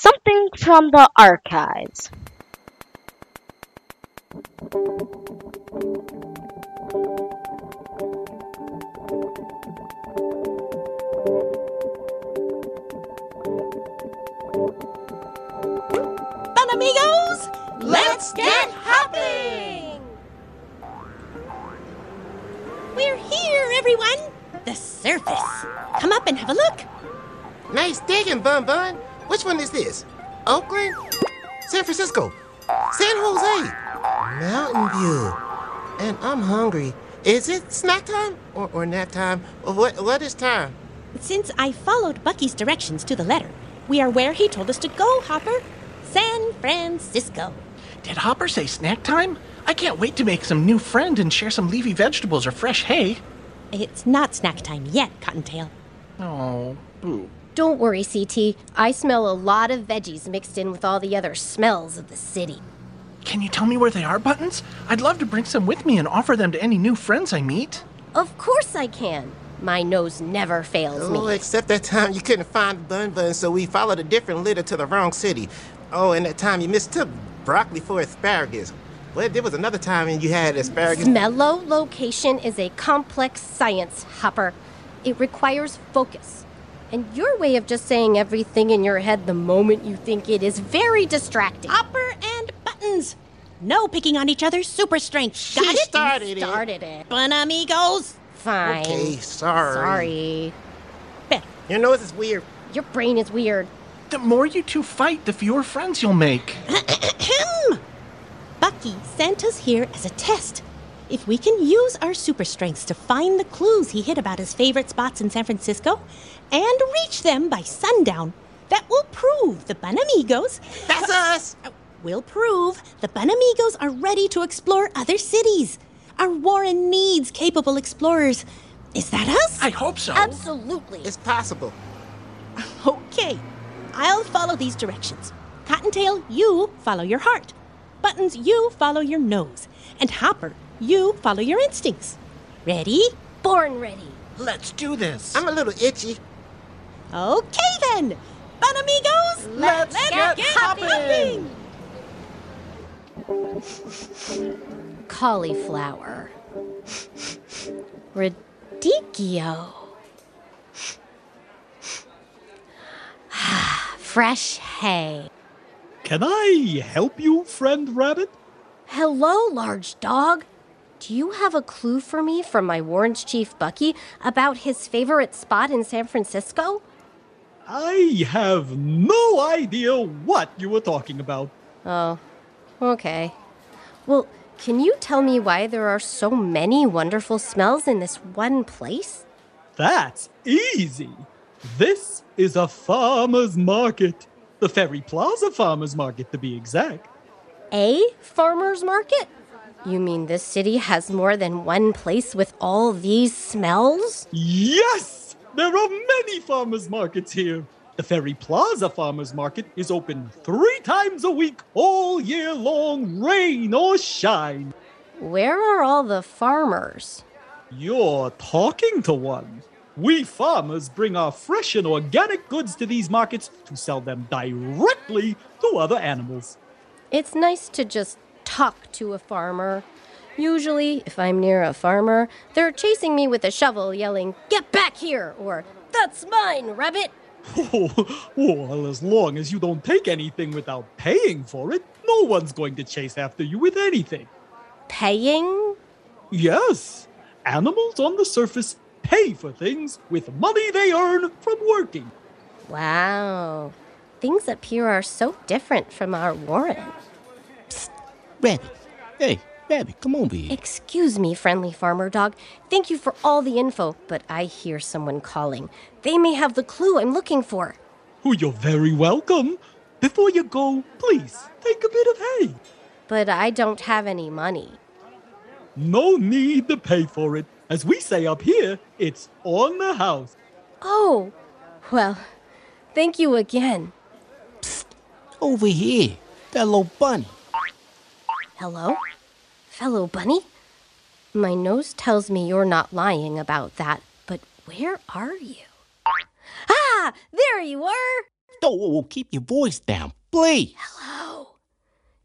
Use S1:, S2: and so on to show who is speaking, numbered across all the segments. S1: Something from the archives.
S2: Fun amigos, let's get hopping! We're here, everyone! The surface. Come up and have a look.
S3: Nice digging, Bun Bun. Which one is this? Oakland? San Francisco? San Jose? Mountain View. And I'm hungry. Is it snack time or, or nap time? Or What, what is time?
S2: Since I followed Bucky's directions to the letter, we are where he told us to go, Hopper. San Francisco.
S4: Did Hopper say snack time? I can't wait to make some new friend and share some leafy vegetables or fresh hay.
S2: It's not snack time yet, Cottontail.
S4: Oh, boo.
S5: Don't worry, CT. I smell a lot of veggies mixed in with all the other smells of the city.
S4: Can you tell me where they are, Buttons? I'd love to bring some with me and offer them to any new friends I meet.
S5: Of course I can. My nose never fails
S3: Oh,
S5: me.
S3: except that time you couldn't find Bun Bun, so we followed a different litter to the wrong city. Oh, and that time you mistook broccoli for asparagus. Well, there was another time and you had asparagus.
S5: Mellow location is a complex science, Hopper. It requires focus. And your way of just saying everything in your head the moment you think it is very distracting.
S2: Hopper and Buttons. No picking on each other's super strength. Got
S3: she
S2: it?
S3: started it.
S5: Started it.
S2: Fun amigos.
S5: Fine.
S3: Okay, sorry.
S5: Sorry.
S2: Better.
S3: Your nose is weird.
S5: Your brain is weird.
S4: The more you two fight, the fewer friends you'll make.
S2: Ahem. Bucky sent us here as a test. If we can use our super strengths to find the clues he hid about his favorite spots in San Francisco and reach them by sundown, that will prove the Bunamigos. Uh,
S3: That's us.
S2: Will prove the Bunamigos are ready to explore other cities. Our Warren needs capable explorers. Is that us?
S4: I hope so.
S5: Absolutely.
S3: It's possible.
S2: Okay, I'll follow these directions. Cottontail, you follow your heart. Buttons, you follow your nose. And Hopper, you follow your instincts. Ready?
S5: born ready.
S4: Let's do this.
S3: I'm a little itchy.
S2: Okay then! Bon amigos!
S5: Let's get hopping. Cauliflower. Radicchio. Fresh hay.
S6: Can I help you, friend rabbit?
S5: Hello, large dog. Do you have a clue for me from my Warren's Chief Bucky about his favorite spot in San Francisco?
S6: I have no idea what you were talking about.
S5: Oh, okay. Well, can you tell me why there are so many wonderful smells in this one place?
S6: That's easy. This is a farmer's market. The Ferry Plaza Farmer's Market, to be exact.
S5: A farmer's market? You mean this city has more than one place with all these smells?
S6: Yes! There are many farmers markets here. The Ferry Plaza Farmers Market is open three times a week, all year long, rain or shine.
S5: Where are all the farmers?
S6: You're talking to one. We farmers bring our fresh and organic goods to these markets to sell them directly to other animals.
S5: It's nice to just talk to a farmer. Usually, if I'm near a farmer, they're chasing me with a shovel, yelling, Get back here! or That's mine, rabbit!
S6: well, as long as you don't take anything without paying for it, no one's going to chase after you with anything.
S5: Paying?
S6: Yes, animals on the surface pay for things with money they earn from working.
S5: Wow. Things up here are so different from our Warren.
S7: Rabbit. Hey, Rabbit, come over here.
S5: Excuse me, friendly farmer dog. Thank you for all the info, but I hear someone calling. They may have the clue I'm looking for.
S6: Oh, you're very welcome. Before you go, please take a bit of hay.
S5: But I don't have any money.
S6: No need to pay for it. As we say up here, it's on the house.
S5: Oh, well, thank you again.
S7: Over here. That little bunny.
S5: Hello? Fellow bunny? My nose tells me you're not lying about that, but where are you? Ah, there you are!
S7: Oh, keep your voice down, please.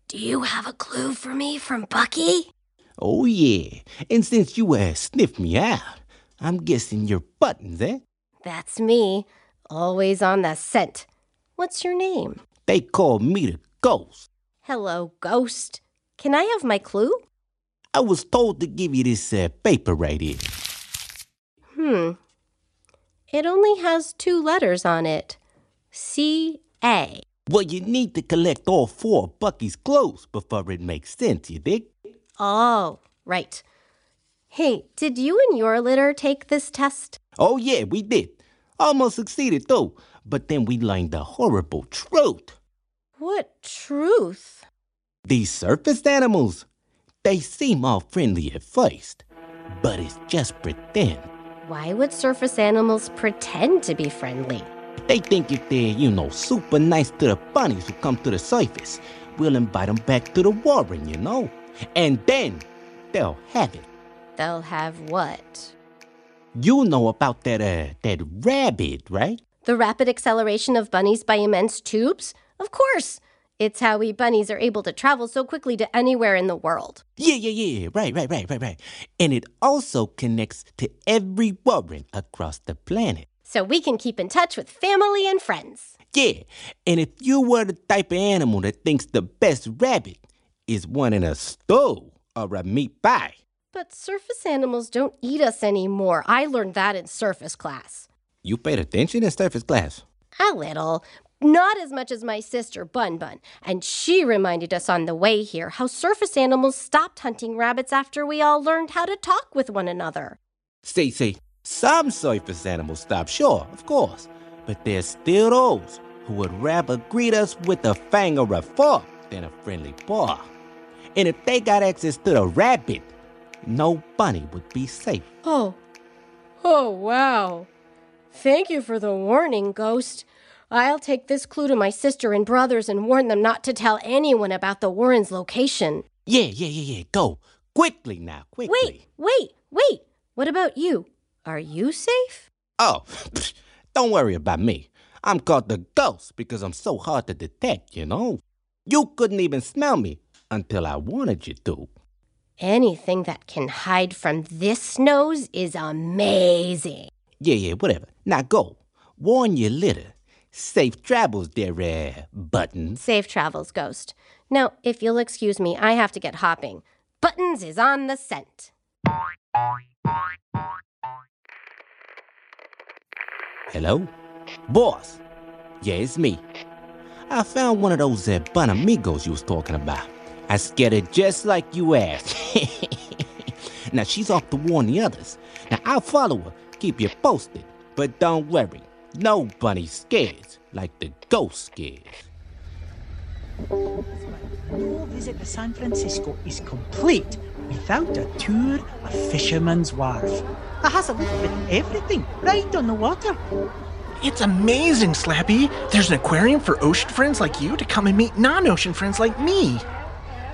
S5: Do you have a clue for me from Bucky?
S7: Oh, yeah. And since you uh, sniffed me out, I'm guessing you're Buttons, eh?
S5: That's me, always on the scent. What's your name?
S7: They call me the ghost.
S5: Hello, ghost. Can I have my clue?
S7: I was told to give you this uh, paper right here.
S5: Hmm. It only has two letters on it C A.
S7: Well, you need to collect all four of Bucky's clothes before it makes sense, you dig?
S5: Oh, right. Hey, did you and your litter take this test?
S7: Oh, yeah, we did. Almost succeeded, though. But then we learned the horrible truth.
S5: What truth?
S7: These surface animals, they seem all friendly at first, but it's just pretend.
S5: Why would surface animals pretend to be friendly?
S7: They think if they're, you know, super nice to the bunnies who come to the surface, we'll invite them back to the warren, you know? And then they'll have it.
S5: They'll have what?
S7: You know about that, uh, that rabbit, right?
S5: The rapid acceleration of bunnies by immense tubes? Of course! It's how we bunnies are able to travel so quickly to anywhere in the world.
S7: Yeah, yeah, yeah. Right, right, right, right, right. And it also connects to every warren across the planet.
S5: So we can keep in touch with family and friends.
S7: Yeah. And if you were the type of animal that thinks the best rabbit is one in a stew or a meat pie,
S5: But surface animals don't eat us anymore. I learned that in surface class.
S7: you paid attention in surface class.
S5: A little. Not as much as my sister, Bun Bun. And she reminded us on the way here how surface animals stopped hunting rabbits after we all learned how to talk with one another.
S7: See, see, some surface animals stop, sure, of course. But there's still those who would rather greet us with a fang or a fork than a friendly paw. And if they got access to the rabbit, no bunny would be safe.
S5: Oh. Oh, wow. Thank you for the warning, Ghost. I'll take this clue to my sister and brothers and warn them not to tell anyone about the Warren's location.
S7: Yeah, yeah, yeah, yeah. Go quickly now, quickly.
S5: Wait, wait, wait. What about you? Are you safe?
S7: Oh, don't worry about me. I'm called the ghost because I'm so hard to detect, you know. You couldn't even smell me until I wanted you to.
S5: Anything that can hide from this nose is amazing.
S7: Yeah, yeah, whatever. Now go. Warn your litter. Safe travels, there, uh, buttons.
S5: Safe travels, Ghost. Now, if you'll excuse me, I have to get hopping. Buttons is on the scent.
S7: Hello? Boss. Yeah, it's me. I found one of those uh, Bonamigos you was talking about. I scared her just like you asked. now she's off to warn the others. Now I'll follow her, keep you posted. But don't worry, no bunny scares like the ghost scares.
S8: whole visit to San Francisco is complete without a tour of Fisherman's Wharf. It has a little bit of everything right on the water.
S4: It's amazing, Slappy. There's an aquarium for ocean friends like you to come and meet non ocean friends like me.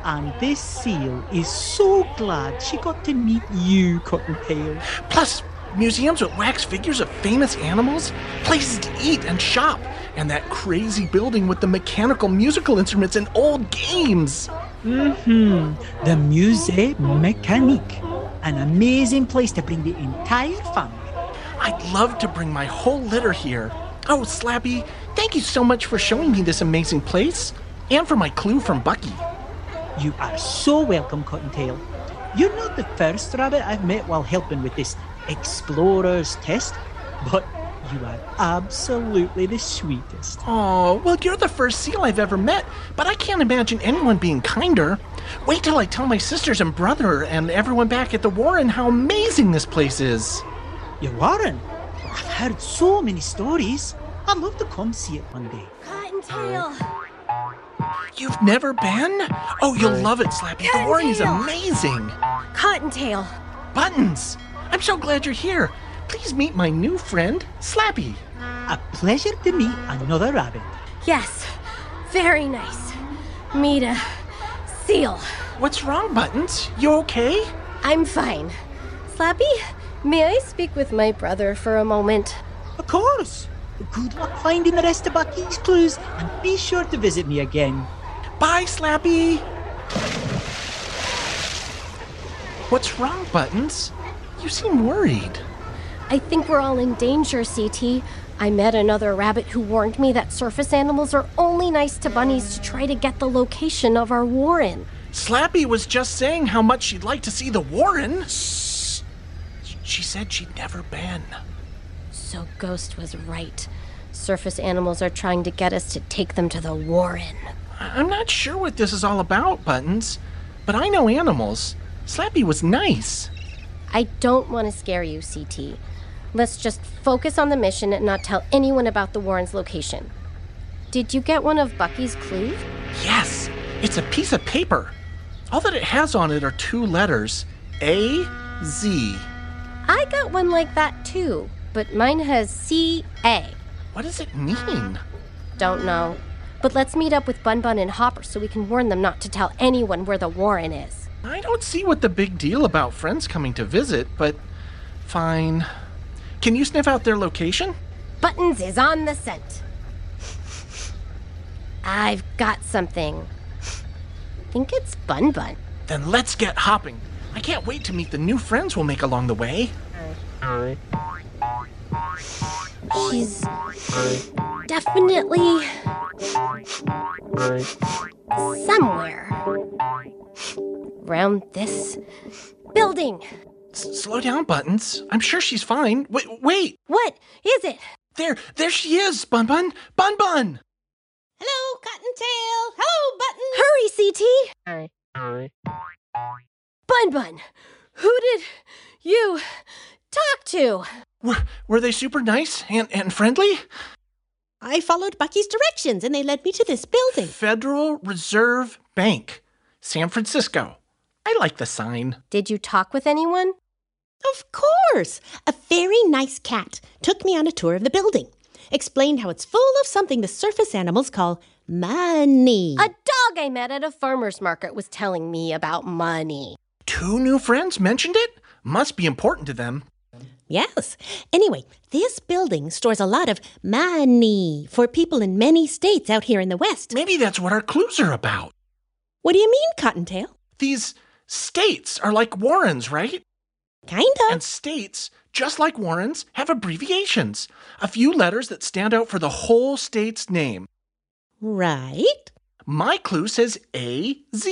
S8: And this seal is so glad she got to meet you, Cottontail.
S4: Plus, museums with wax figures of famous animals, places to eat and shop, and that crazy building with the mechanical musical instruments and old games.
S8: Mm-hmm. The Musée Mécanique. An amazing place to bring the entire family.
S4: I'd love to bring my whole litter here. Oh, Slappy, thank you so much for showing me this amazing place and for my clue from Bucky.
S8: You are so welcome, Cottontail. You're not the first rabbit I've met while helping with this explorer's test, but you are absolutely the sweetest.
S4: Oh, well, you're the first seal I've ever met, but I can't imagine anyone being kinder. Wait till I tell my sisters and brother and everyone back at the Warren how amazing this place is.
S8: You Warren, I've heard so many stories. I'd love to come see it one day.
S5: Cottontail!
S4: You've never been? Oh, you'll love it, Slappy. The Warren is amazing.
S5: Cottontail!
S4: Buttons, I'm so glad you're here. Please meet my new friend, Slappy.
S8: A pleasure to meet another rabbit.
S5: Yes, very nice. Meet a seal.
S4: What's wrong, Buttons? You okay?
S5: I'm fine. Slappy, may I speak with my brother for a moment?
S8: Of course. Good luck finding the rest of Bucky's clues, and be sure to visit me again.
S4: Bye, Slappy! What's wrong, Buttons? You seem worried.
S5: I think we're all in danger, CT. I met another rabbit who warned me that surface animals are only nice to bunnies to try to get the location of our warren.
S4: Slappy was just saying how much she'd like to see the Warren. Shh. She said she'd never been.
S5: So Ghost was right. Surface animals are trying to get us to take them to the warren.
S4: I- I'm not sure what this is all about, Buttons, but I know animals. Slappy was nice.
S5: I don't want to scare you, CT. Let's just focus on the mission and not tell anyone about the warren's location. Did you get one of Bucky's clues?
S4: Yes, it's a piece of paper. All that it has on it are two letters A Z.
S5: I got one like that too, but mine has CA.
S4: What does it mean?
S5: Don't know. But let's meet up with Bun Bun and Hopper so we can warn them not to tell anyone where the Warren is.
S4: I don't see what the big deal about friends coming to visit, but fine. Can you sniff out their location?
S5: Buttons is on the scent. I've got something. Think it's Bun Bun.
S4: Then let's get hopping. I can't wait to meet the new friends we'll make along the way.
S5: She's definitely somewhere around this building.
S4: S- slow down, Buttons. I'm sure she's fine. Wait, wait!
S5: What is it?
S4: There, there she is, Bun Bun! Bun Bun!
S2: Hello, Cottontail. Hello, Button.
S5: Hurry, CT! Bun Bun, who did you talk to?
S4: Were, were they super nice and, and friendly?
S2: I followed Bucky's directions and they led me to this building.
S4: Federal Reserve Bank, San Francisco. I like the sign.
S5: Did you talk with anyone?
S2: Of course! A very nice cat took me on a tour of the building, explained how it's full of something the surface animals call money.
S5: A dog I met at a farmer's market was telling me about money.
S4: Two new friends mentioned it? Must be important to them.
S2: yes. Anyway, this building stores a lot of money for people in many states out here in the West.
S4: Maybe that's what our clues are about.
S2: What do you mean, Cottontail?
S4: These states are like Warrens, right?
S2: Kind of.
S4: And states, just like Warrens, have abbreviations. A few letters that stand out for the whole state's name.
S2: right.
S4: My clue says AZ.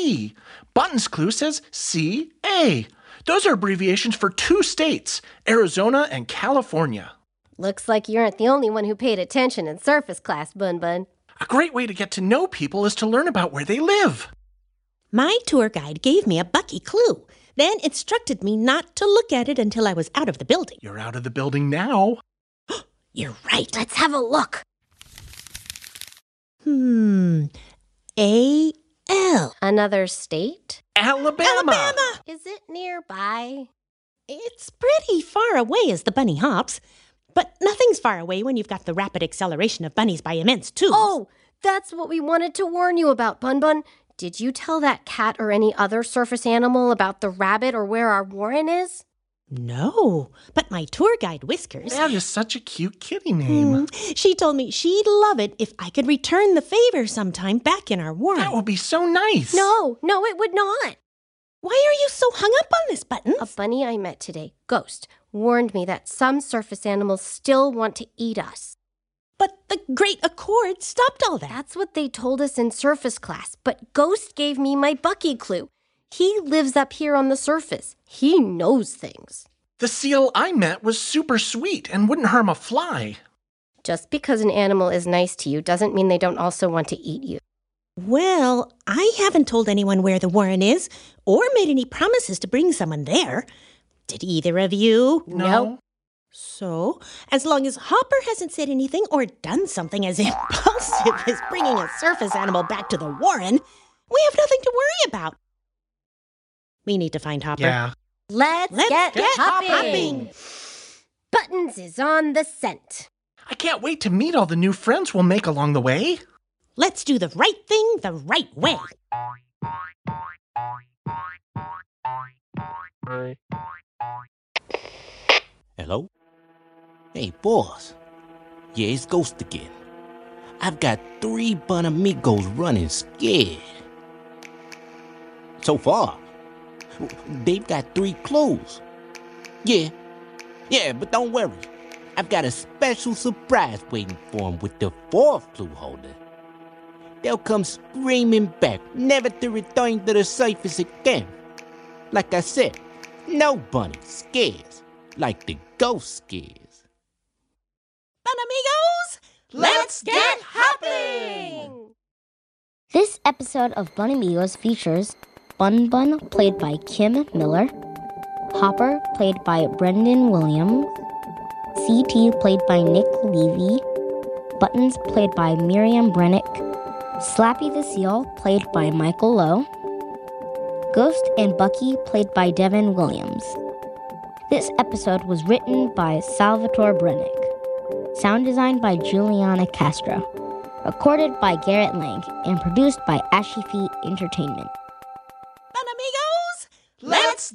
S4: Button's clue says CA. Those are abbreviations for two states, Arizona and California.
S5: Looks like you aren't the only one who paid attention in surface class, Bun Bun.
S4: A great way to get to know people is to learn about where they live.
S2: My tour guide gave me a Bucky clue, then instructed me not to look at it until I was out of the building.
S4: You're out of the building now.
S2: You're right.
S5: Let's have a look.
S2: Hmm. A L.
S5: Another state?
S4: Alabama.
S2: Alabama.
S5: Is it nearby?
S2: It's pretty far away as the bunny hops, but nothing's far away when you've got the rapid acceleration of bunnies by immense tubes.
S5: Oh, that's what we wanted to warn you about, Bun Bun. Did you tell that cat or any other surface animal about the rabbit or where our warren is?
S2: no! But my tour guide Whiskers,
S4: That is such a cute kitty name.
S2: she told me she'd love it if I could return the favor sometime back in our
S4: That
S2: warren.
S4: would be so nice.
S5: No, no, it would not.
S2: Why are you so hung up on this button?
S5: A bunny I met today, Ghost, warned me that some surface animals still want to eat us.
S2: But the Great Accord stopped all that.
S5: That's what they told us in surface class, but Ghost gave me my Bucky clue. He lives up here on the surface. He knows things.
S4: The seal I met was super sweet and wouldn't harm a fly.
S5: Just because an animal is nice to you doesn't mean they don't also want to eat you.
S2: Well, I haven't told anyone where the warren is or made any promises to bring someone there. Did either of you?
S5: No.
S2: So, as long as Hopper hasn't said anything or done something as impulsive as bringing a surface animal back to the warren, we have nothing to worry about. We need to find Hopper.
S4: Yeah.
S5: Let's,
S2: Let's
S5: get,
S2: get
S5: hopping.
S2: hopping.
S5: Buttons is on the scent.
S4: I can't wait to meet all the new friends we'll make along the way.
S2: Let's do the right thing the right way.
S7: Hello? Hey, boss. Yeah, it's Ghost again. I've got three Bonamigos running scared. So far, they've got three clues. Yeah, yeah, but don't worry. I've got a special surprise waiting for them with the fourth clue holder. They'll come screaming back, never to return to the surface again. Like I said, no bunny scares like the ghost scares.
S2: Bonamigos, let's get hopping!
S9: This episode of Bun Amigos features Bun Bun, played by Kim Miller, Hopper, played by Brendan Williams, CT, played by Nick Levy, Buttons, played by Miriam Brennick, Slappy the Seal, played by Michael Lowe, Ghost and Bucky, played by Devin Williams. This episode was written by Salvatore Brennick, sound designed by Juliana Castro recorded by Garrett Lang and produced by Ashifi Entertainment.
S2: Bonamigos, let's